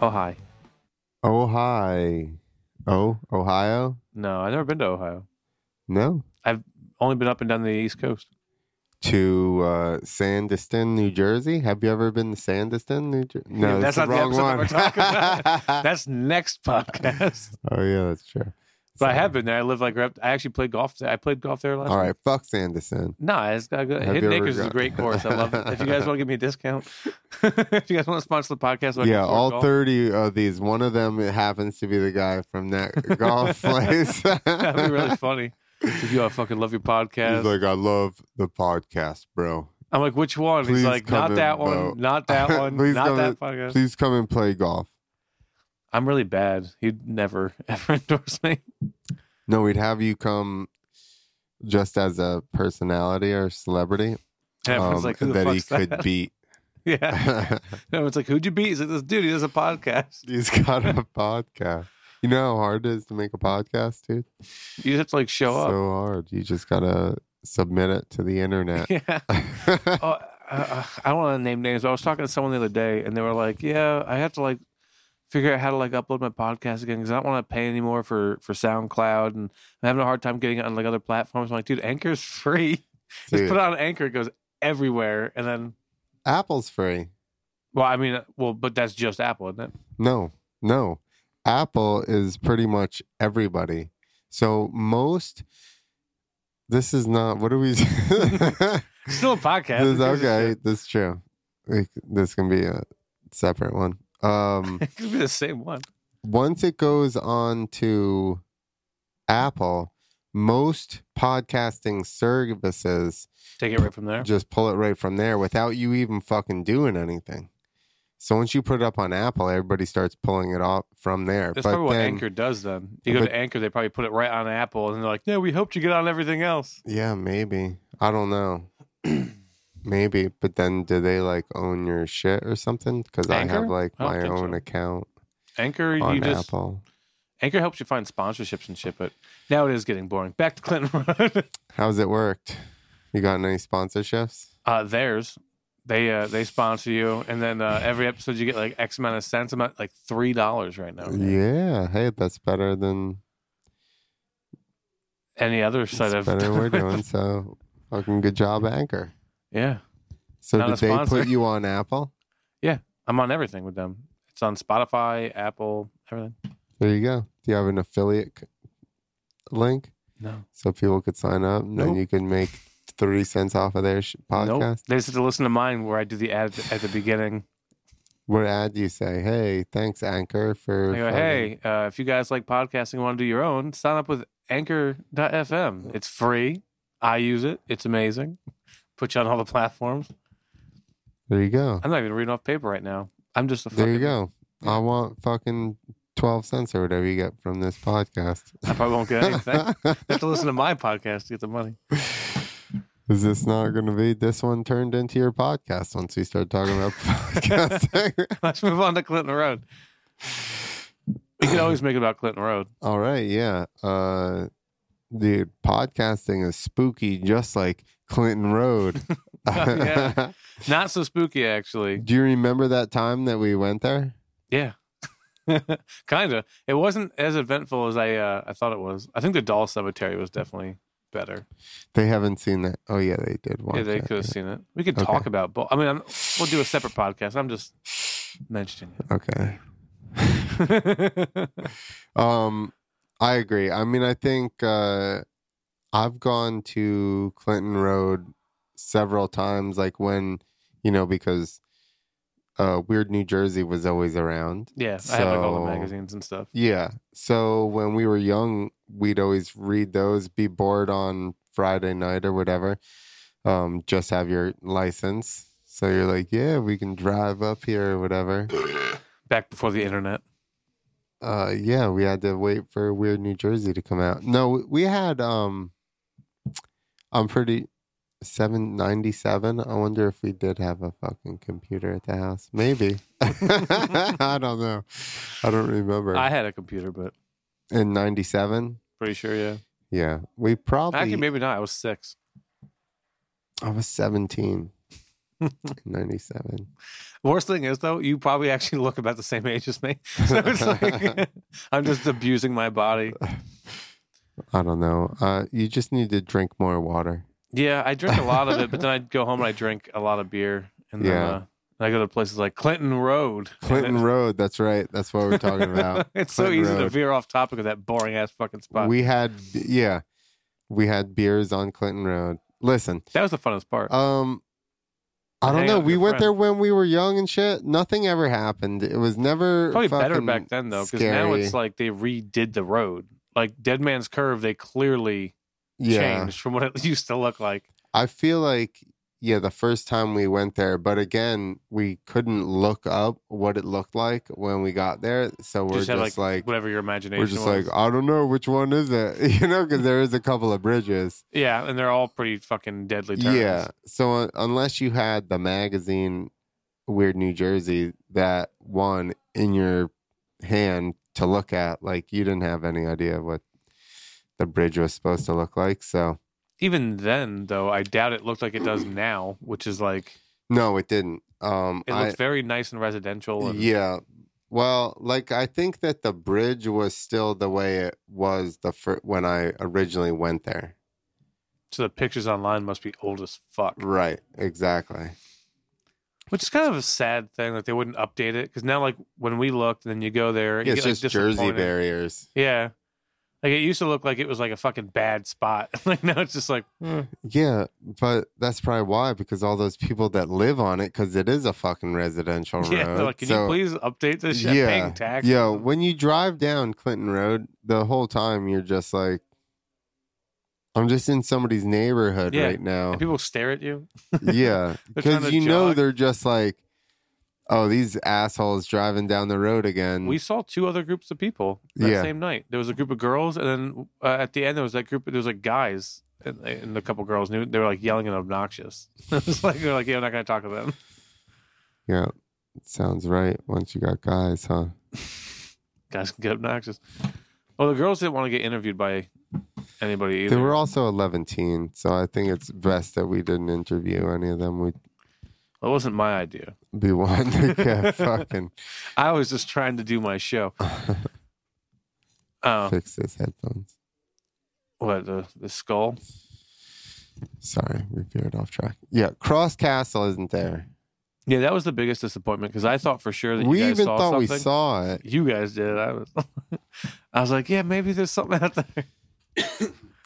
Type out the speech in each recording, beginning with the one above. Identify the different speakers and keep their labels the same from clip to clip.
Speaker 1: Ohio.
Speaker 2: Ohio. Oh, Ohio?
Speaker 1: No, I've never been to Ohio.
Speaker 2: No.
Speaker 1: Only been up and down the East Coast.
Speaker 2: To uh, Sandiston, New Jersey. Have you ever been to Sandiston, New Jersey? No,
Speaker 1: Yeah, that's
Speaker 2: the
Speaker 1: not the
Speaker 2: wrong
Speaker 1: episode that
Speaker 2: one.
Speaker 1: we're talking
Speaker 2: Uh,
Speaker 1: about. That's next podcast.
Speaker 2: oh yeah, that's true.
Speaker 1: but I have been there. I live like right up- I actually played golf. there. I played golf there last.
Speaker 2: All
Speaker 1: week.
Speaker 2: right, fuck Sandiston.
Speaker 1: No, it's got good.
Speaker 2: Have
Speaker 1: Hidden
Speaker 2: you ever
Speaker 1: Acres is a
Speaker 2: got-
Speaker 1: great course. I love it. If you guys want to give me a discount, if you guys want to sponsor the podcast, so I can
Speaker 2: yeah,
Speaker 1: afford
Speaker 2: all
Speaker 1: golf.
Speaker 2: thirty of these. One of them happens to be the guy from that golf place.
Speaker 1: That'd be really funny. If you, I fucking love your podcast.
Speaker 2: He's like, I love the podcast, bro.
Speaker 1: I'm like, which one? He's
Speaker 2: Please
Speaker 1: like,
Speaker 2: come
Speaker 1: not
Speaker 2: in,
Speaker 1: that
Speaker 2: bro.
Speaker 1: one, not that one,
Speaker 2: Please
Speaker 1: not
Speaker 2: come
Speaker 1: that
Speaker 2: in.
Speaker 1: podcast.
Speaker 2: Please come and play golf.
Speaker 1: I'm really bad. He'd never ever endorse me.
Speaker 2: No, we'd have you come just as a personality or celebrity
Speaker 1: And everyone's
Speaker 2: um,
Speaker 1: like, who the
Speaker 2: that he
Speaker 1: fuck's that?
Speaker 2: could beat.
Speaker 1: Yeah. No, it's like, who'd you beat? He's like, this dude, he does a podcast.
Speaker 2: He's got a podcast. You know how hard it is to make a podcast, dude?
Speaker 1: You just have to like show up.
Speaker 2: so hard. You just gotta submit it to the internet.
Speaker 1: Yeah. Oh, uh, uh, I don't want to name names, but I was talking to someone the other day, and they were like, "Yeah, I have to like figure out how to like upload my podcast again because I don't want to pay anymore for for SoundCloud, and I'm having a hard time getting it on like other platforms." I'm like, "Dude, Anchor's free. Just
Speaker 2: Dude,
Speaker 1: put it on Anchor. It goes everywhere." And then,
Speaker 2: Apple's free.
Speaker 1: well, I mean, uh, well, but that's just Apple, isn't it?
Speaker 2: No, no. Apple is pretty much everybody. So most. This is not. What are we?
Speaker 1: It's still a podcast.
Speaker 2: This-
Speaker 1: Who gives a
Speaker 2: okay,
Speaker 1: shit?
Speaker 2: this is true. Like, This can be a separate one. Um,
Speaker 1: it could be the same one.
Speaker 2: once it goes on to Apple, most podcasting services
Speaker 1: Take it right from there.
Speaker 2: just pull it right from there without you even fucking doing anything. So once you put it up on Apple, everybody starts pulling it off from there.
Speaker 1: That's
Speaker 2: but
Speaker 1: probably what
Speaker 2: then,
Speaker 1: Anchor does. Then you go
Speaker 2: but-
Speaker 1: to Anchor, they probably put it right on Apple, and they're like, "No, we hoped you get on everything else."
Speaker 2: yeah, maybe I don't know, maybe. But then, do they like own your shit or something? Because I
Speaker 1: Anchor?
Speaker 2: have like
Speaker 1: I don't
Speaker 2: my
Speaker 1: think
Speaker 2: own
Speaker 1: so.
Speaker 2: account
Speaker 1: Anchor,
Speaker 2: on
Speaker 1: you just
Speaker 2: Apple.
Speaker 1: Anchor helps you find sponsorships and shit, but now it is getting boring. Back to Clinton Road.
Speaker 2: How's it worked? You got any sponsorships?
Speaker 1: uh, theirs, they uh, they sponsor you, and then uh, every episode you get like X amount of cents. I'm at like three dollars right now.
Speaker 2: Yeah. Hey, that's better than
Speaker 1: Any other
Speaker 2: that's
Speaker 1: side of
Speaker 2: better we're doing. So fucking good job, Anchor.
Speaker 1: yeah,
Speaker 2: So
Speaker 1: Not a
Speaker 2: did they
Speaker 1: sponsor.
Speaker 2: put you on Apple?
Speaker 1: I'm on everything with them. It's on Spotify, Apple, everything.
Speaker 2: There you go. Do you have an affiliate c- link
Speaker 1: No,
Speaker 2: so people could sign up and
Speaker 1: Nope.
Speaker 2: then you can make three cents off of their sh-
Speaker 1: nope.
Speaker 2: podcast?
Speaker 1: They just have to listen to mine where I do the ad at the beginning.
Speaker 2: What ad do you say? Hey, thanks Anchor for.
Speaker 1: I go,
Speaker 2: fucking-
Speaker 1: hey, uh, if you guys like podcasting, want to do your own, sign up with Anchor.fm. It's free. I use it. It's amazing. Put you on all the platforms.
Speaker 2: There you go.
Speaker 1: I'm not even reading off paper right now. I'm just a fucking,
Speaker 2: There you go. I want fucking twelve cents or whatever you get from this podcast.
Speaker 1: I probably won't get anything. I have to listen to my podcast to get the money.
Speaker 2: Is this not going to be this one turned into your podcast once we start talking about podcasting?
Speaker 1: Let's move on to Clinton Road. We can always make it about Clinton Road.
Speaker 2: All right, yeah. Uh dude, podcasting is spooky just like Clinton Road.
Speaker 1: Oh, yeah. Not so spooky, actually.
Speaker 2: Do you remember that time that we went there?
Speaker 1: Yeah. kind of. It wasn't as eventful as I uh, I thought it was. I think the Doll Cemetery was definitely better.
Speaker 2: They haven't seen that. Oh yeah, they did watch
Speaker 1: yeah, they
Speaker 2: that,
Speaker 1: could have seen it. We could
Speaker 2: Okay.
Speaker 1: talk about both. I mean, I'm, we'll do a separate podcast. I'm just mentioning
Speaker 2: Okay.
Speaker 1: it.
Speaker 2: Um I agree. I mean, I think uh I've gone to Clinton Road several times like when, you know, because uh Weird New Jersey was always around.
Speaker 1: yeah, I have like all the
Speaker 2: So-
Speaker 1: magazines and stuff.
Speaker 2: Yeah. So when we were young, we'd always read those, be bored on Friday night or whatever. Um, just have your license. So you're like, yeah, we can drive up here or whatever.
Speaker 1: Back before the internet.
Speaker 2: Uh, yeah, we had to wait for Weird New Jersey to come out. No, we- we had, um, I'm pretty, 797. I wonder if we did have a fucking computer at the house. Maybe. I don't know. I don't remember.
Speaker 1: I had a computer, but
Speaker 2: In 97?
Speaker 1: pretty sure, yeah.
Speaker 2: Yeah, we probably.
Speaker 1: Actually, maybe not. I was six.
Speaker 2: I was seventeen. 97.
Speaker 1: Worst thing is though, you probably actually look about the same age as me. So it's like I'm just abusing my body.
Speaker 2: I don't know. Uh, you just need to drink more water.
Speaker 1: Yeah, I drink a lot of it, but then I'd go home and I drink a lot of beer, and then
Speaker 2: Yeah.
Speaker 1: uh, and I go to places like Clinton Road. and
Speaker 2: Clinton
Speaker 1: it-
Speaker 2: Road. That's right. That's what we're talking about.
Speaker 1: it's so
Speaker 2: Clinton
Speaker 1: easy to
Speaker 2: Road.
Speaker 1: veer off topic of that boring ass fucking spot.
Speaker 2: we had, yeah, we had beers on Clinton Road. Listen,
Speaker 1: that was the funnest part.
Speaker 2: um, I
Speaker 1: Hang
Speaker 2: don't
Speaker 1: out
Speaker 2: know.
Speaker 1: with
Speaker 2: We
Speaker 1: your
Speaker 2: went
Speaker 1: friends.
Speaker 2: there when we were young and shit. Nothing ever happened. It was never
Speaker 1: Probably better
Speaker 2: fucking
Speaker 1: back then though, because now it's
Speaker 2: scary.
Speaker 1: like they redid the road. Like Dead Man's Curve, they clearly
Speaker 2: yeah.
Speaker 1: changed from what it used to look like.
Speaker 2: I feel like yeah, the first time we went there, but again, we couldn't look up what it looked like when we got there. So we're
Speaker 1: just
Speaker 2: just,
Speaker 1: had like,
Speaker 2: like,
Speaker 1: whatever your imagination.
Speaker 2: we're just
Speaker 1: was.
Speaker 2: like, I don't know which one is it, you know, because there is a couple of bridges.
Speaker 1: yeah, and they're all pretty fucking deadly. Turns.
Speaker 2: Yeah. So uh, unless you had the magazine Weird New Jersey that one in your hand to look at, like you didn't have any idea what the bridge was supposed to look like. So
Speaker 1: Even then, though, I doubt it looked like it does now, which is like
Speaker 2: no, it didn't. Um,
Speaker 1: it
Speaker 2: I-
Speaker 1: looks very nice and residential. And,
Speaker 2: Yeah. Well, like I think that the bridge was still the way it was the fir- when I originally went there.
Speaker 1: So the pictures online must be old as fuck,
Speaker 2: Right. Exactly.
Speaker 1: which is kind of a sad thing. Like they wouldn't update it because now, like when we looked, and then you go there, you
Speaker 2: Yeah, it's
Speaker 1: get, like,
Speaker 2: just Jersey
Speaker 1: disappointed.
Speaker 2: barriers.
Speaker 1: Yeah, like it used to look like it was like a fucking bad spot. like now it's just like eh.
Speaker 2: Yeah, but that's probably why because all those people that live on it because it is a fucking residential road.
Speaker 1: yeah. they're Like, can you
Speaker 2: Oh, so-
Speaker 1: please update this shit?
Speaker 2: Yeah.
Speaker 1: Paying tax.
Speaker 2: Yo, when you drive down Clinton Road, the whole time you're just like, I'm just in somebody's neighborhood
Speaker 1: Yeah,
Speaker 2: right now.
Speaker 1: and people stare at you.
Speaker 2: yeah,
Speaker 1: They're trying
Speaker 2: because
Speaker 1: to
Speaker 2: you know
Speaker 1: jog.
Speaker 2: they're just like, oh, these assholes driving down the road again.
Speaker 1: We saw two other groups of people that
Speaker 2: Yeah.
Speaker 1: same night. There was a group of girls, and then uh, at the end there was that group. There was like guys and, and a couple girls. Knew they were like yelling and obnoxious. it was like they're like, yeah, I'm not gonna talk to them.
Speaker 2: yeah, sounds right. Once you got guys, huh?
Speaker 1: Guys can get obnoxious. Well, the girls didn't want to get interviewed by anybody either.
Speaker 2: They were also 11, teen, so I think it's best that we didn't interview any of them. We'd
Speaker 1: Well, it wasn't my idea.
Speaker 2: be wanting to get fucking
Speaker 1: I was just trying to do my show. Oh,
Speaker 2: fix his headphones.
Speaker 1: what the the skull?
Speaker 2: Sorry, we veered off track. Yeah, Cross Castle isn't there.
Speaker 1: Yeah, that was the biggest disappointment because I thought for sure that
Speaker 2: We
Speaker 1: you guys
Speaker 2: even
Speaker 1: saw
Speaker 2: thought
Speaker 1: something.
Speaker 2: we saw it.
Speaker 1: You guys did. I was, I was like, yeah, maybe there's something out there.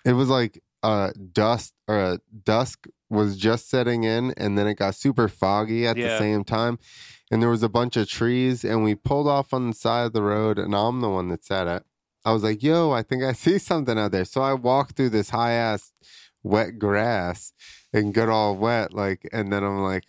Speaker 2: It was like uh dust or uh, dusk was just setting in and then it got super foggy at
Speaker 1: Yeah.
Speaker 2: the same time. And there was a bunch of trees and we pulled off on the side of the road and I'm the one that said it. I was like, yo, I think I see something out there. So I walked through this high ass wet grass and get all wet, like and then I'm like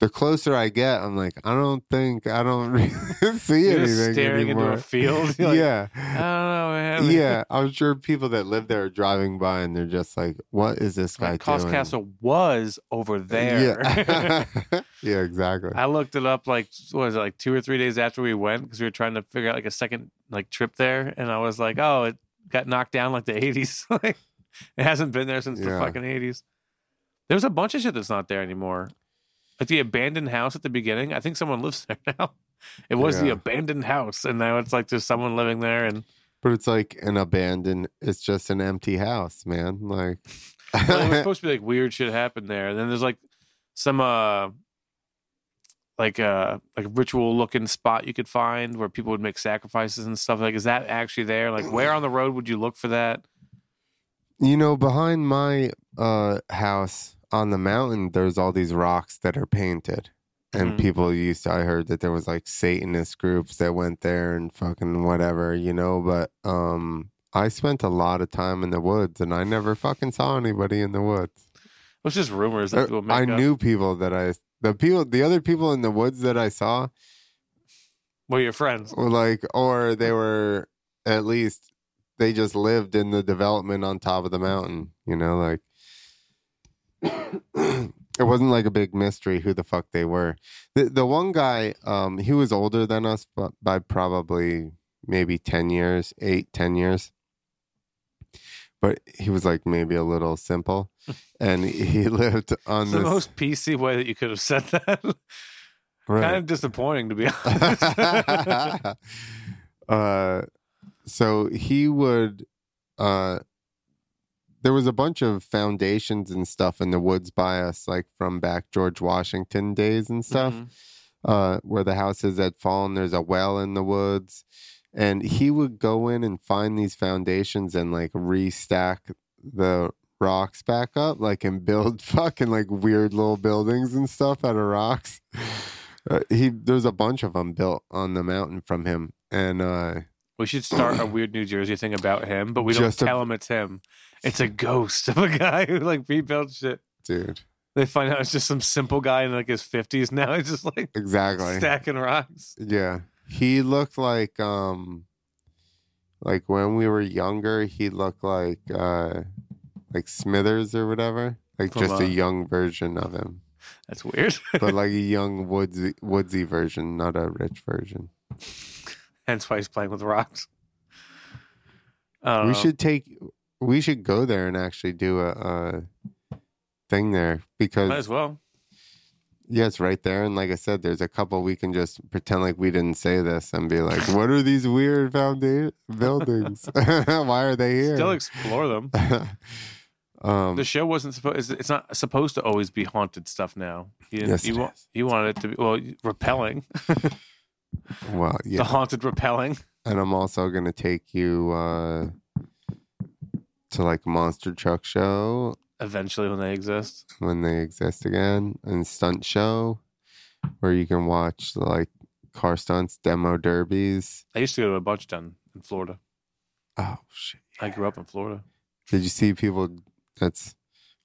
Speaker 2: the closer I get, I'm like, I don't think I don't really see
Speaker 1: You're just
Speaker 2: anything
Speaker 1: staring
Speaker 2: anymore.
Speaker 1: into a field. You're like,
Speaker 2: yeah.
Speaker 1: I don't know, man.
Speaker 2: Yeah, I'm sure people that live there are driving by and they're just like, "What is this guy
Speaker 1: Like, Cost
Speaker 2: doing?" Uh,
Speaker 1: Castle was over there.
Speaker 2: Yeah, yeah, exactly.
Speaker 1: I looked it up like what was it like two or three days after we went because we were trying to figure out like a second like trip there, and I was like, oh, it got knocked down like the eighties. like it hasn't been there since the
Speaker 2: Yeah.
Speaker 1: fucking eighties. There's a bunch of shit that's not there anymore. Like the abandoned house at the beginning, I think someone lives there now. It was the
Speaker 2: Yeah.
Speaker 1: abandoned house, and now it's like there's someone living there, and
Speaker 2: But it's like an abandoned. It's just an empty house, man. Like,
Speaker 1: well, it was supposed to be like weird shit happened there. And then there's like some uh like uh like ritual looking spot you could find where people would make sacrifices and stuff. Like, is that actually there? Like where on the road would you look for that?
Speaker 2: you know, behind my uh, house on the mountain, there's all these rocks that are painted. And
Speaker 1: Mhm.
Speaker 2: people used to, I heard that there was like Satanist groups that went there and fucking whatever, you know. But um, I spent a lot of time in the woods and I never fucking saw anybody in the woods.
Speaker 1: It was just rumors
Speaker 2: Uh,
Speaker 1: that people make
Speaker 2: I
Speaker 1: up.
Speaker 2: knew people that I the people the other people in the woods that I saw
Speaker 1: Well, your friends.
Speaker 2: were like or they were at least they just lived in the development on top of the mountain, you know, like it wasn't like a big mystery who the fuck they were. The the one guy um he was older than us but by probably maybe 10 years, 8 10 years. but he was like maybe a little simple, and he lived on
Speaker 1: It's
Speaker 2: this
Speaker 1: the most PC way that you could have said that. Kind of disappointing, to be honest.
Speaker 2: uh, so he would. Uh, there was a bunch of foundations and stuff in the woods by us, like from back George Washington days and stuff,
Speaker 1: Mhm.
Speaker 2: uh, where the houses had fallen. There's a well in the woods, and he would go in and find these foundations and like restack the rocks back up, like and build fucking like weird little buildings and stuff out of rocks. Uh, he there's a bunch of them built on the mountain from him, and uh,
Speaker 1: We should start a weird New Jersey thing about him, but we don't
Speaker 2: Just a-
Speaker 1: tell him it's him. It's a ghost of a guy who like rebuilt shit.
Speaker 2: dude,
Speaker 1: They find out it's just some simple guy in like his fifties now. He's just like
Speaker 2: exactly,
Speaker 1: stacking rocks.
Speaker 2: yeah. He looked like um, like when we were younger, he looked like uh, like Smithers or whatever, like
Speaker 1: From,
Speaker 2: just a
Speaker 1: uh,
Speaker 2: young version of him,
Speaker 1: That's weird.
Speaker 2: but like a young woodsy woodsy version, not a rich version.
Speaker 1: Hence why he's playing with rocks. Um, I don't
Speaker 2: we
Speaker 1: know.
Speaker 2: should take we should go there and actually do a, a thing there because
Speaker 1: might as well.
Speaker 2: yeah it's right there and like i said there's a couple we can just pretend like we didn't say this and be like what are these weird foundation buildings why are they here
Speaker 1: Still explore them.
Speaker 2: um
Speaker 1: The show wasn't supposed. It's not supposed to always be haunted stuff. Now you didn't-
Speaker 2: Yes,
Speaker 1: you
Speaker 2: it
Speaker 1: want
Speaker 2: is.
Speaker 1: you wanted it to be well repelling
Speaker 2: well
Speaker 1: the
Speaker 2: yeah
Speaker 1: haunted repelling.
Speaker 2: and i'm also gonna take you uh to like monster truck show
Speaker 1: Eventually, when they exist,
Speaker 2: when they exist again and stunt show where you can watch like car stunts demo derbies
Speaker 1: I used to go to a bunch done in Florida.
Speaker 2: oh shit
Speaker 1: I grew up in Florida.
Speaker 2: did you see people that's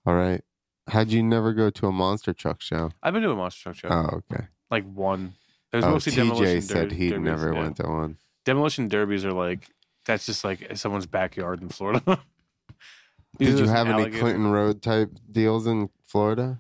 Speaker 2: all right how'd you never go to a monster truck show
Speaker 1: I've been to a monster truck show.
Speaker 2: oh okay
Speaker 1: like one. It was
Speaker 2: oh,
Speaker 1: mostly
Speaker 2: tj
Speaker 1: demolition.
Speaker 2: said
Speaker 1: der-
Speaker 2: he
Speaker 1: derbies,
Speaker 2: never
Speaker 1: yeah.
Speaker 2: went to one
Speaker 1: Demolition derbies are like that's just like someone's backyard in Florida. These are
Speaker 2: did you
Speaker 1: just
Speaker 2: have any
Speaker 1: alligator-
Speaker 2: clinton road type deals in florida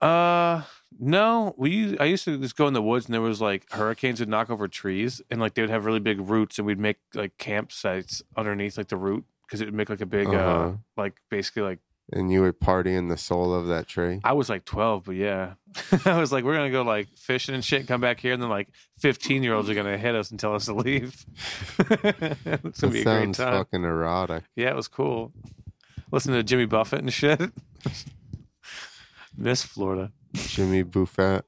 Speaker 1: Uh, no. We used, I used to just go in the woods, and there was like hurricanes would knock over trees, and like they would have really big roots, and we'd make like campsites underneath like the root because it would make like a big uh
Speaker 2: Uh-huh.
Speaker 1: like basically like
Speaker 2: and you would party in the soul of that tree
Speaker 1: I was like twelve, but yeah, I was like we're gonna go like fishing and shit, come back here, and then like fifteen year olds are gonna hit us and tell us to leave. it's gonna
Speaker 2: that
Speaker 1: be a great
Speaker 2: sounds
Speaker 1: time.
Speaker 2: fucking erotic
Speaker 1: Yeah, it was cool. Listen to Jimmy Buffett and shit. Miss Florida.
Speaker 2: jimmy buffett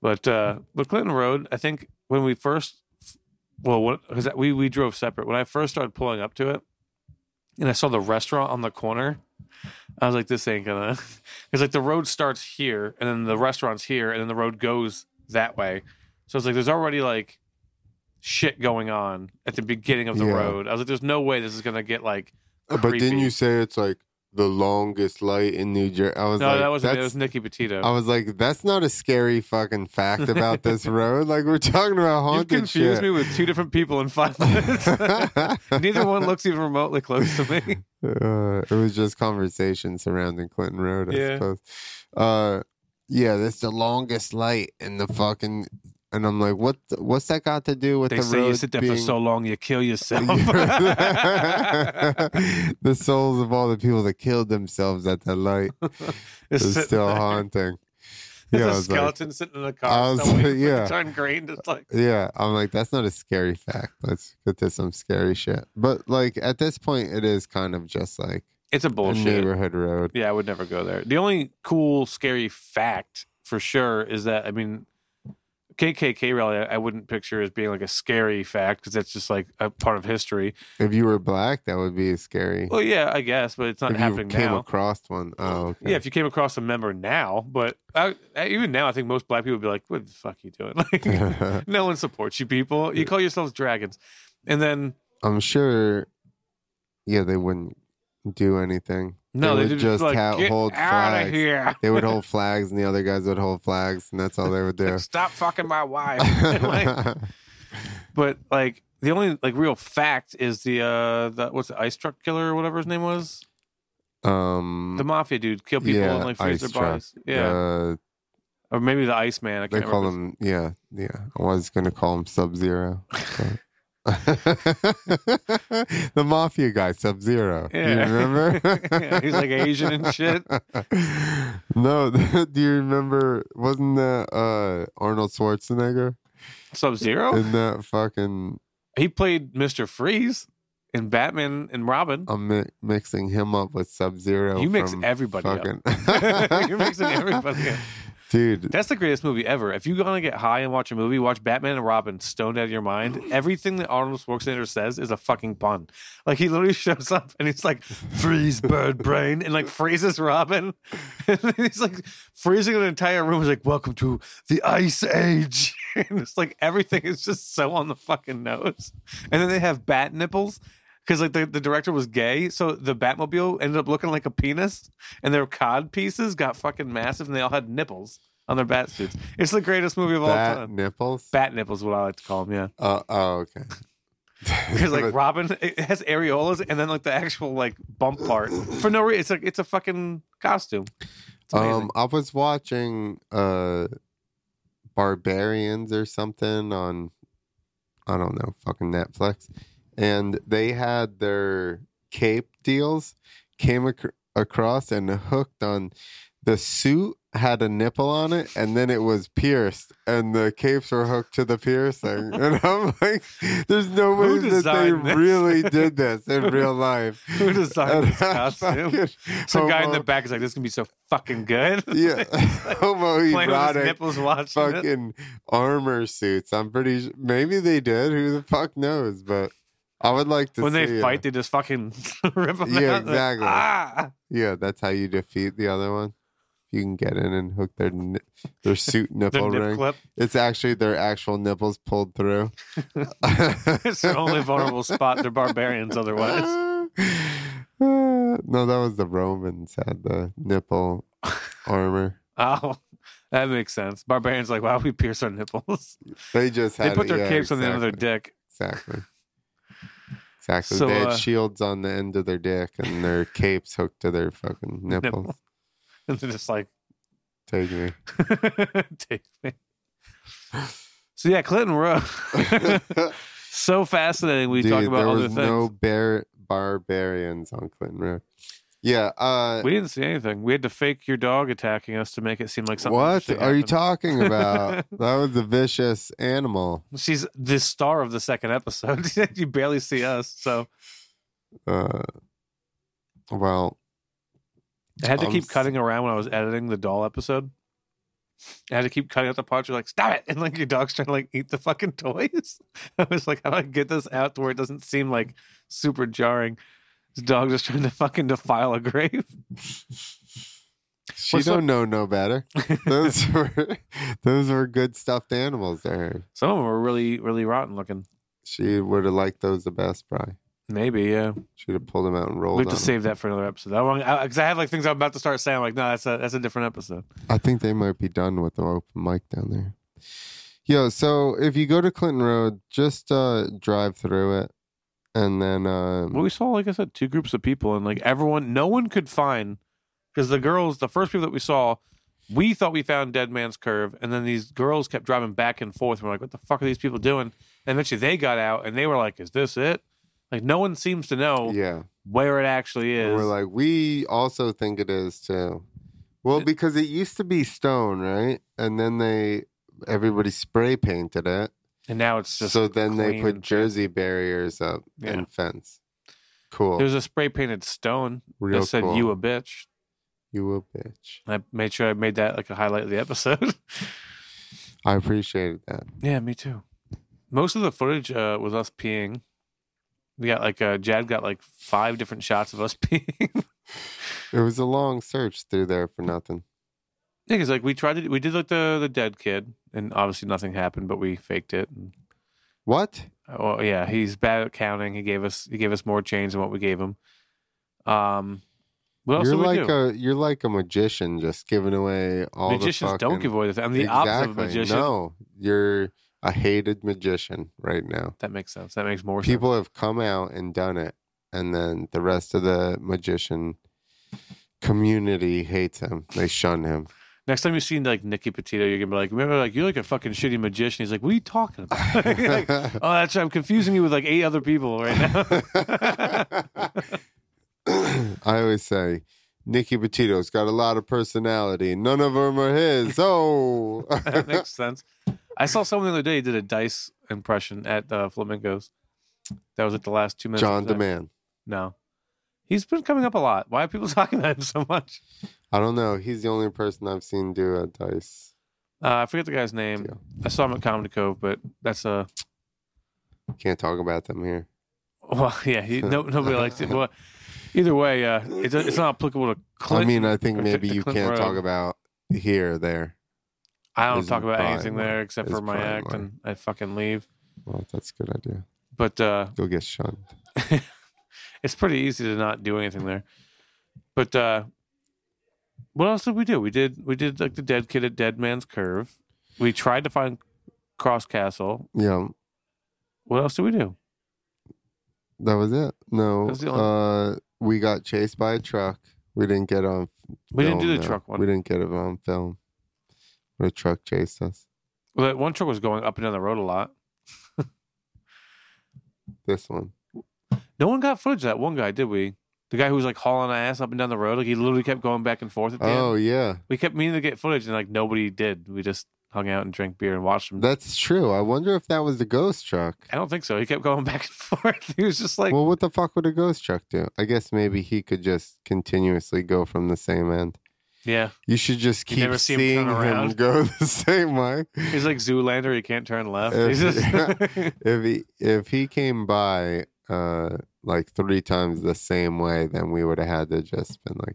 Speaker 1: But uh, but Clinton Road, I think when we first, well, because we we drove separate. When I first started pulling up to it, and I saw the restaurant on the corner, I was like, "This ain't gonna." It's like the road starts here, and then the restaurant's here, and then the road goes that way. So it's like there's already like shit going on at the beginning of the
Speaker 2: Yeah.
Speaker 1: road. I was like, "There's no way this is gonna get like."
Speaker 2: but didn't
Speaker 1: creepy.
Speaker 2: you say it's like the longest light in new jersey i was
Speaker 1: No,
Speaker 2: like
Speaker 1: that wasn't. It
Speaker 2: that's
Speaker 1: was Nikki Petito.
Speaker 2: I was like, that's not a scary fucking fact about this road. Like we're talking about
Speaker 1: You've
Speaker 2: haunted
Speaker 1: confused
Speaker 2: shit.
Speaker 1: me with two different people in five minutes. Neither one looks even remotely close to me.
Speaker 2: Uh, it was just conversation surrounding Clinton Road, I
Speaker 1: Yeah.
Speaker 2: suppose. Uh, yeah, that's the longest light in the fucking. And I'm like, what? The, what's that got to do with
Speaker 1: They
Speaker 2: the
Speaker 1: say
Speaker 2: road?
Speaker 1: you sit there
Speaker 2: being...
Speaker 1: for so long, you kill yourself.
Speaker 2: the souls of all the people that killed themselves at that light
Speaker 1: It's
Speaker 2: is
Speaker 1: sitting
Speaker 2: still
Speaker 1: there.
Speaker 2: haunting.
Speaker 1: There's
Speaker 2: Yeah, I
Speaker 1: a
Speaker 2: was like,
Speaker 1: skeleton sitting in the
Speaker 2: I
Speaker 1: car.
Speaker 2: was
Speaker 1: still waiting for
Speaker 2: like,
Speaker 1: it to
Speaker 2: yeah.
Speaker 1: Turn green. It's like
Speaker 2: Yeah, I'm like, that's not a scary fact. Let's get to some scary shit. But like at this point, it is kind of just like
Speaker 1: it's a
Speaker 2: a
Speaker 1: bullshit.
Speaker 2: neighborhood road.
Speaker 1: Yeah, I would never go there. The only cool, scary fact for sure is that I mean, KKK rally. I, I wouldn't picture as being like a scary fact because that's just like a part of history.
Speaker 2: If you were black, that would be scary.
Speaker 1: Well, yeah, I guess, but it's not
Speaker 2: if you
Speaker 1: happening
Speaker 2: came
Speaker 1: now.
Speaker 2: across one, oh, okay.
Speaker 1: Yeah, if you came across a member now, but I, I- even now, I think most black people would be like, "What the fuck you doing? Like, no one supports you, people. You call yourselves dragons." And then
Speaker 2: I'm sure. Yeah, they wouldn't do anything.
Speaker 1: no,
Speaker 2: They
Speaker 1: they,
Speaker 2: would
Speaker 1: did
Speaker 2: just
Speaker 1: like,
Speaker 2: ha-
Speaker 1: "Get
Speaker 2: hold
Speaker 1: out
Speaker 2: flags.
Speaker 1: of here!
Speaker 2: They would hold flags, and the other guys would hold flags, and that's all they would do.
Speaker 1: Stop fucking my wife." Like, but like the only like real fact is the uh the, what's the ice truck killer or whatever his name was
Speaker 2: um,
Speaker 1: the mafia dude kill people
Speaker 2: Yeah,
Speaker 1: and like freeze their
Speaker 2: Ice Truck.
Speaker 1: bodies yeah
Speaker 2: uh,
Speaker 1: or maybe the Iceman I
Speaker 2: they
Speaker 1: can't
Speaker 2: call
Speaker 1: remember
Speaker 2: him. Yeah, yeah. I was gonna call him Sub Zero. the mafia guy, Sub Zero. You
Speaker 1: Yeah.
Speaker 2: remember?
Speaker 1: Yeah, he's, like, Asian and shit.
Speaker 2: No, do you remember? Wasn't that uh, Arnold Schwarzenegger
Speaker 1: Sub Zero.
Speaker 2: in that fucking?
Speaker 1: He played Mister Freeze in Batman and Robin.
Speaker 2: I'm mi- mixing him up with Sub Zero.
Speaker 1: you mix everybody up. You're mixing everybody up.
Speaker 2: dude.
Speaker 1: That's the greatest movie ever. If you want to get high and watch a movie, watch Batman and Robin stoned out of your mind. Everything that Arnold Schwarzenegger says is a fucking pun. Like he literally shows up and he's like, freeze bird brain, and like freezes Robin. And then he's like freezing an entire room. He's like, welcome to the ice age. And it's like everything is just so on the fucking nose. And then they have bat nipples. Because like the, the director was gay, so the Batmobile ended up looking like a penis, and their cod pieces got fucking massive, and they all had nipples on their bat suits. It's the greatest movie of all
Speaker 2: Bat
Speaker 1: time.
Speaker 2: nipples.
Speaker 1: Bat nipples, is what I like to call them. Yeah,
Speaker 2: Uh, oh, okay.
Speaker 1: because like Robin it has areolas, and then like the actual like bump part for no reason. It's like it's a fucking costume. It's
Speaker 2: Um,
Speaker 1: amazing.
Speaker 2: I was watching uh, Barbarians or something on, I don't know, fucking Netflix, and they had their cape deals came ac- across and hooked on the suit had a nipple on it and then it was pierced and the capes were hooked to the piercing and i'm like there's no
Speaker 1: Who
Speaker 2: way that they
Speaker 1: designed this?
Speaker 2: really did this in real life
Speaker 1: Who designed this costume? some guy in
Speaker 2: back.
Speaker 1: the back is like, "This is gonna be so fucking good."
Speaker 2: uh, Yeah, homo
Speaker 1: playing with his
Speaker 2: erotic
Speaker 1: nipples, watching it.
Speaker 2: fucking armor suits. I'm pretty sure. Maybe they did. Who the fuck knows? But I would like to
Speaker 1: When
Speaker 2: see uh,
Speaker 1: they
Speaker 2: it.
Speaker 1: fight, they just fucking rip them
Speaker 2: Yeah,
Speaker 1: out. Like,
Speaker 2: exactly.
Speaker 1: ah!
Speaker 2: Yeah, that's how you defeat the other one. You can get in and hook their ni- their suit
Speaker 1: The
Speaker 2: nipple
Speaker 1: nip
Speaker 2: ring.
Speaker 1: clip.
Speaker 2: It's actually their actual nipples pulled through.
Speaker 1: It's their only vulnerable spot. They're barbarians otherwise.
Speaker 2: no, that was the Romans had the nipple armor.
Speaker 1: Oh, that makes sense. Barbarians like, why would we pierce our nipples?
Speaker 2: They just had
Speaker 1: They put
Speaker 2: it-
Speaker 1: their
Speaker 2: yeah,
Speaker 1: capes on the end of their
Speaker 2: exactly.
Speaker 1: dick.
Speaker 2: Exactly. Exactly.
Speaker 1: So,
Speaker 2: they had
Speaker 1: uh,
Speaker 2: shields on the end of their dick and their capes hooked to their fucking nipples.
Speaker 1: Nipple. And they're just like,
Speaker 2: Take me.
Speaker 1: take me. So yeah, Clinton Road. so fascinating. We
Speaker 2: Dude,
Speaker 1: talk about
Speaker 2: there
Speaker 1: other
Speaker 2: was
Speaker 1: things.
Speaker 2: no bar- barbarians on Clinton Road. Yeah. Uh,
Speaker 1: We didn't see anything. We had to fake your dog attacking us to make it seem like something.
Speaker 2: what
Speaker 1: interesting
Speaker 2: are you
Speaker 1: happened.
Speaker 2: talking about? that was a vicious animal.
Speaker 1: She's the star of the second episode. you barely see us, so
Speaker 2: Uh, well,
Speaker 1: I had to
Speaker 2: Um,
Speaker 1: keep
Speaker 2: s-
Speaker 1: cutting around when I was editing the doll episode. I had to keep cutting out the parts. You're like, stop it! And like your dog's trying to like eat the fucking toys. I was like, how do I get this out to where it doesn't seem like super jarring? This dog just trying to fucking defile a grave.
Speaker 2: she
Speaker 1: What's
Speaker 2: don't
Speaker 1: up-
Speaker 2: know no better. Those were those were good stuffed animals. There,
Speaker 1: Some of them were really, really rotten looking.
Speaker 2: she would have liked those the best, probably.
Speaker 1: Maybe, yeah.
Speaker 2: She'd have pulled them out and
Speaker 1: we
Speaker 2: rolled
Speaker 1: have
Speaker 2: on.
Speaker 1: to save that for another episode. I want because I, have like things I'm about to start saying. I'm like, no, that's a that's a different episode.
Speaker 2: I think they might be done with the open mic down there. Yo, so if you go to Clinton Road, just uh, drive through it, and then um,
Speaker 1: Well, we saw, like I said, two groups of people, and like everyone, no one could find because the girls, the first people that we saw, we thought we found Dead Man's Curve, and then these girls kept driving back and forth. We're like, what the fuck are these people doing? And eventually they got out, and they were like, is this it? Like no one seems to know
Speaker 2: yeah,
Speaker 1: where it actually
Speaker 2: And
Speaker 1: is.
Speaker 2: we're like we also think it is too. Well, because it used to be stone, right? And then they everybody spray painted it,
Speaker 1: and now it's just
Speaker 2: so then they
Speaker 1: clean
Speaker 2: put
Speaker 1: and
Speaker 2: jersey barriers up
Speaker 1: Yeah.
Speaker 2: and fence. Cool,
Speaker 1: there's a spray painted stone
Speaker 2: real
Speaker 1: that said
Speaker 2: cool.
Speaker 1: "you a bitch."
Speaker 2: you a bitch.
Speaker 1: And I made sure I made that like a highlight of the episode.
Speaker 2: I appreciated that.
Speaker 1: Yeah, me too. Most of the footage uh, was us peeing. We got like uh, Jad got like five different shots of us peeing. yeah,
Speaker 2: It was a long search through there for nothing.
Speaker 1: because like we tried to we did like the the dead kid, and obviously nothing happened, but we faked it. And,
Speaker 2: What?
Speaker 1: oh yeah, he's bad at counting. He gave us he gave us more change than what we gave him. Um, what else
Speaker 2: you're
Speaker 1: did we
Speaker 2: like
Speaker 1: do?
Speaker 2: a you're like a magician, just giving away all
Speaker 1: Magicians
Speaker 2: the fucking,
Speaker 1: don't give away the thing. I'm the opposite of a magician.
Speaker 2: No, you're a hated magician right now.
Speaker 1: That makes sense. That makes more
Speaker 2: People have come out and done it, and then the rest of the magician community hates him. They shun him.
Speaker 1: sense. Next time you see like Nicky Petito, you're gonna be like, remember, like you're like a fucking shitty magician. He's like, what are you talking about? Like, oh, that's I'm confusing you with like eight other people right now.
Speaker 2: I always say, Nicky Petito's got a lot of personality. None of them are his. Oh,
Speaker 1: that makes sense. I saw someone the other day did a dice impression at uh, Flamingos. That was at the last two minutes.
Speaker 2: John
Speaker 1: of the-
Speaker 2: Demand.
Speaker 1: No, he's been coming up a lot. Why are people talking about him so much?
Speaker 2: I don't know. He's the only person I've seen do a dice.
Speaker 1: Uh, I forget the guy's name.
Speaker 2: deal.
Speaker 1: I saw him at Comedy Cove, but that's uh, a
Speaker 2: Can't talk about them here.
Speaker 1: well, yeah. He, no, nobody likes it. Well, either way, uh, it's, it's not applicable to Clinton.
Speaker 2: I mean, I think
Speaker 1: or took
Speaker 2: maybe
Speaker 1: the
Speaker 2: you
Speaker 1: Clint
Speaker 2: can't
Speaker 1: road.
Speaker 2: talk about here or there.
Speaker 1: I don't
Speaker 2: Is
Speaker 1: talk about
Speaker 2: prime
Speaker 1: anything there except
Speaker 2: Is
Speaker 1: for my
Speaker 2: prime
Speaker 1: act,
Speaker 2: line.
Speaker 1: and I fucking leave.
Speaker 2: Well, that's a good idea.
Speaker 1: But uh,
Speaker 2: You'll get shunned.
Speaker 1: it's pretty easy to not do anything there. But uh, what else did we do? We did we did like the dead kid at Dead Man's Curve. We tried to find Cross Castle.
Speaker 2: Yeah,
Speaker 1: What else did we do?
Speaker 2: that was it. No,
Speaker 1: That's the
Speaker 2: uh, we got chased by a truck. We didn't get on.
Speaker 1: We didn't
Speaker 2: film,
Speaker 1: do the
Speaker 2: though.
Speaker 1: truck one.
Speaker 2: Oh, We didn't get it on film. The truck chased us.
Speaker 1: Well, that one truck was going up and down the road a lot.
Speaker 2: This one.
Speaker 1: No one got footage of that one guy, did we? The guy who was like hauling ass up and down the road, like he literally kept going back and forth at the
Speaker 2: Oh
Speaker 1: end.
Speaker 2: yeah,
Speaker 1: We kept meaning to get footage, and like nobody did. We just hung out and drank beer and watched him.
Speaker 2: that's true. I wonder if that was the ghost truck.
Speaker 1: I don't think so. He kept going back and forth. He was just like,
Speaker 2: well, what the fuck would a ghost truck do? I guess maybe he could just continuously go from the same end.
Speaker 1: yeah.
Speaker 2: You should just
Speaker 1: You
Speaker 2: keep
Speaker 1: never see him turn
Speaker 2: seeing him
Speaker 1: around.
Speaker 2: go the same way.
Speaker 1: He's like Zoolander. He can't turn left. He's just
Speaker 2: if he if he came by uh like three times the same way, then we would have had to just been like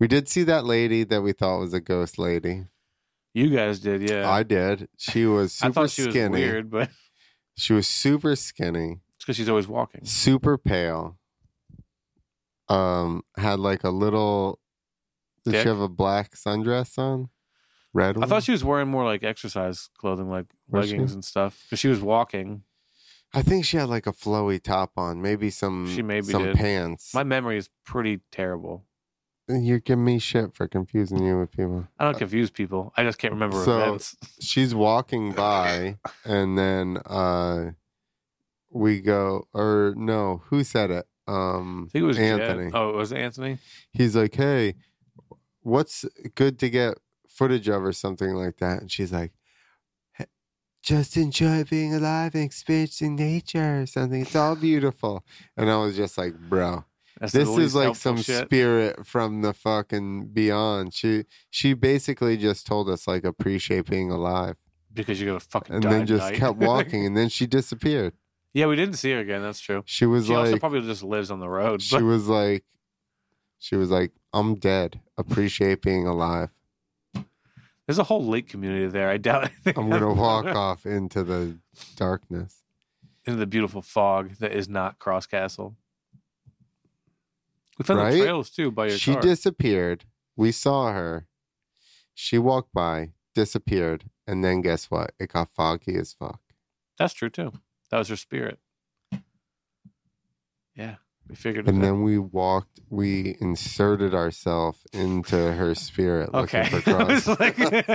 Speaker 2: we did see that lady that we thought was a ghost lady.
Speaker 1: you guys did, yeah.
Speaker 2: I did. She was
Speaker 1: I
Speaker 2: super
Speaker 1: thought she was
Speaker 2: skinny.
Speaker 1: weird, but it's
Speaker 2: She was super skinny,
Speaker 1: because she's always walking.
Speaker 2: super pale. Um, had like a little. Did
Speaker 1: Dick?
Speaker 2: she have a black sundress on? Red.
Speaker 1: I
Speaker 2: one?
Speaker 1: thought she was wearing more like exercise clothing, like
Speaker 2: Was she?
Speaker 1: leggings and stuff, because she was walking.
Speaker 2: I think she had like a flowy top on, maybe some
Speaker 1: She maybe
Speaker 2: some
Speaker 1: did.
Speaker 2: pants.
Speaker 1: My memory is pretty terrible.
Speaker 2: You're giving me shit for confusing you with people.
Speaker 1: I don't confuse people. I just can't remember
Speaker 2: Uh, So-
Speaker 1: events.
Speaker 2: She's walking by, and then uh we go, or no, who said it? Um,
Speaker 1: I think it was Jed.
Speaker 2: Anthony.
Speaker 1: Oh, it was Anthony.
Speaker 2: He's like, hey, what's good to get footage of or something like that? And she's like, "Hey, just enjoy being alive and experiencing nature or something. It's all beautiful. And I was just like, bro.
Speaker 1: That's the
Speaker 2: this
Speaker 1: least
Speaker 2: is like
Speaker 1: helpful
Speaker 2: some
Speaker 1: shit.
Speaker 2: spirit from the fucking beyond. She she basically just told us like appreciate being alive,
Speaker 1: because you're gonna fucking
Speaker 2: and
Speaker 1: die
Speaker 2: then just
Speaker 1: tonight.
Speaker 2: kept walking, and then she disappeared.
Speaker 1: yeah, we didn't see her again. That's true.
Speaker 2: She was
Speaker 1: She also
Speaker 2: like,
Speaker 1: probably just lives on the road.
Speaker 2: she
Speaker 1: But
Speaker 2: was like, she was like, I'm dead. Appreciate being alive.
Speaker 1: there's a whole lake community there. I doubt. anything
Speaker 2: I'm gonna
Speaker 1: happened.
Speaker 2: walk off into the darkness.
Speaker 1: into the beautiful fog that is not Cross Castle. We found
Speaker 2: Right?
Speaker 1: the trails too by your
Speaker 2: She
Speaker 1: car.
Speaker 2: disappeared. We saw her. She walked by, disappeared, and then guess what? It got foggy as fuck.
Speaker 1: That's true too. That was her spirit. Yeah, we figured it out.
Speaker 2: And then we walked, we inserted ourselves into her spirit. looking
Speaker 1: Okay,
Speaker 2: For
Speaker 1: I was
Speaker 2: crumbs.
Speaker 1: like,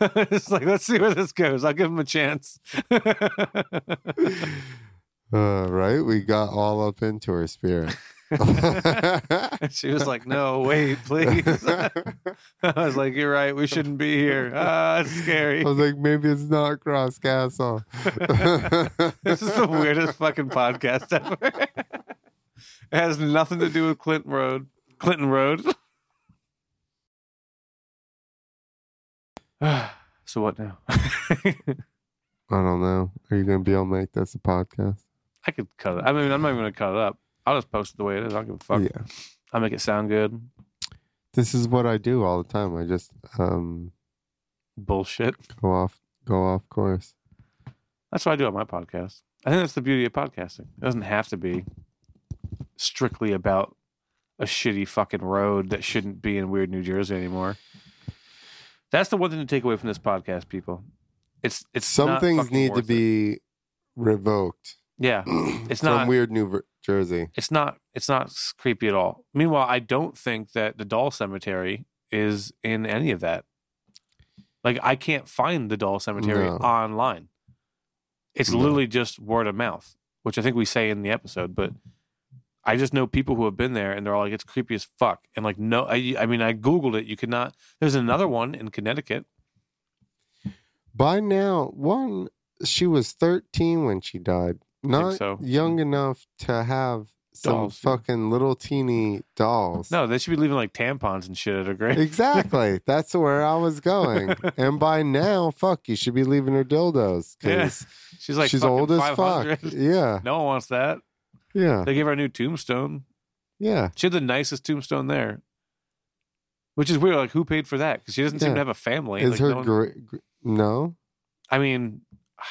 Speaker 1: I was like, let's see where this goes. I'll give him a chance.
Speaker 2: uh, right? We got all up into her spirit.
Speaker 1: she was like, "No, wait, please." I was like, "You're right. We shouldn't be here. Ah, it's
Speaker 2: I
Speaker 1: scary."
Speaker 2: was like, maybe it's not Cross Castle.
Speaker 1: This is the weirdest fucking podcast ever. it has nothing to do with Clinton Road. Clinton Road. so what now? I
Speaker 2: I don't know. Are you going to be able to make this a podcast?
Speaker 1: could cut it. I mean, I'm not even gonna cut it up. I'll just post it the way it is. I don't give a fuck.
Speaker 2: Yeah.
Speaker 1: I'll make it sound good.
Speaker 2: This is what I do all the time. I just um,
Speaker 1: Bullshit.
Speaker 2: go off, go off course.
Speaker 1: That's what I do on my podcast. I think that's the beauty of podcasting. It doesn't have to be strictly about a shitty fucking road that shouldn't be in weird New Jersey anymore. That's the one thing to take away from this podcast, people. It's it's
Speaker 2: Some
Speaker 1: not
Speaker 2: things
Speaker 1: fucking
Speaker 2: need to
Speaker 1: worth it.
Speaker 2: be revoked.
Speaker 1: yeah.
Speaker 2: it's
Speaker 1: not-
Speaker 2: from weird New Ver- Jersey.
Speaker 1: It's not it's not s- creepy at all. Meanwhile, I don't think that the doll cemetery is in any of that. Like I can't find the Doll Cemetery
Speaker 2: No.
Speaker 1: online. It's
Speaker 2: No.
Speaker 1: literally just word of mouth, which I think we say in the episode. But I just know people who have been there, and they're all like, "It's creepy as fuck." And like, no, I, I mean, I googled it. You could not. There's another one in Connecticut.
Speaker 2: By now, one, she was 13 when she died. Not
Speaker 1: so.
Speaker 2: young enough to have some
Speaker 1: Dolls, yeah.
Speaker 2: fucking little teeny dolls.
Speaker 1: No, they should be leaving like tampons and shit at a grave.
Speaker 2: Exactly. That's where I was going. and by now, fuck, you should be leaving her dildos.
Speaker 1: Yeah.
Speaker 2: 'cause
Speaker 1: She's like
Speaker 2: she's
Speaker 1: fucking
Speaker 2: old as fuck.
Speaker 1: 500.
Speaker 2: Yeah.
Speaker 1: No one wants that.
Speaker 2: Yeah.
Speaker 1: They gave her a new tombstone.
Speaker 2: Yeah.
Speaker 1: She had the nicest tombstone there, which is weird. Like, who paid for that? Because she doesn't seem
Speaker 2: Yeah.
Speaker 1: to have a family.
Speaker 2: Is
Speaker 1: Like,
Speaker 2: her
Speaker 1: no one-
Speaker 2: gra- gr- no?
Speaker 1: I mean,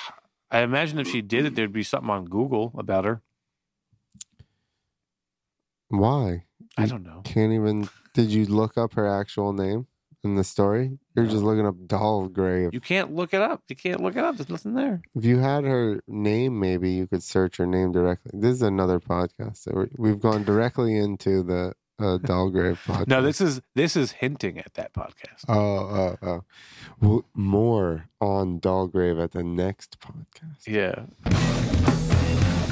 Speaker 1: I imagine if she did it, there'd be something on Google about her.
Speaker 2: Why?
Speaker 1: I
Speaker 2: Mm.
Speaker 1: don't know.
Speaker 2: Can't even. Did you look up her actual name in the story? You're just looking up doll grave.
Speaker 1: You can't look it up. You can't look it up. There's nothing there.
Speaker 2: If you had her name, maybe you could search her name directly. This is another podcast. So we're, we've gone directly into the uh, doll grave podcast.
Speaker 1: No, this is this is hinting at that podcast.
Speaker 2: Oh, oh, oh. W- more on Dahlgrave at the next podcast.
Speaker 1: Yeah.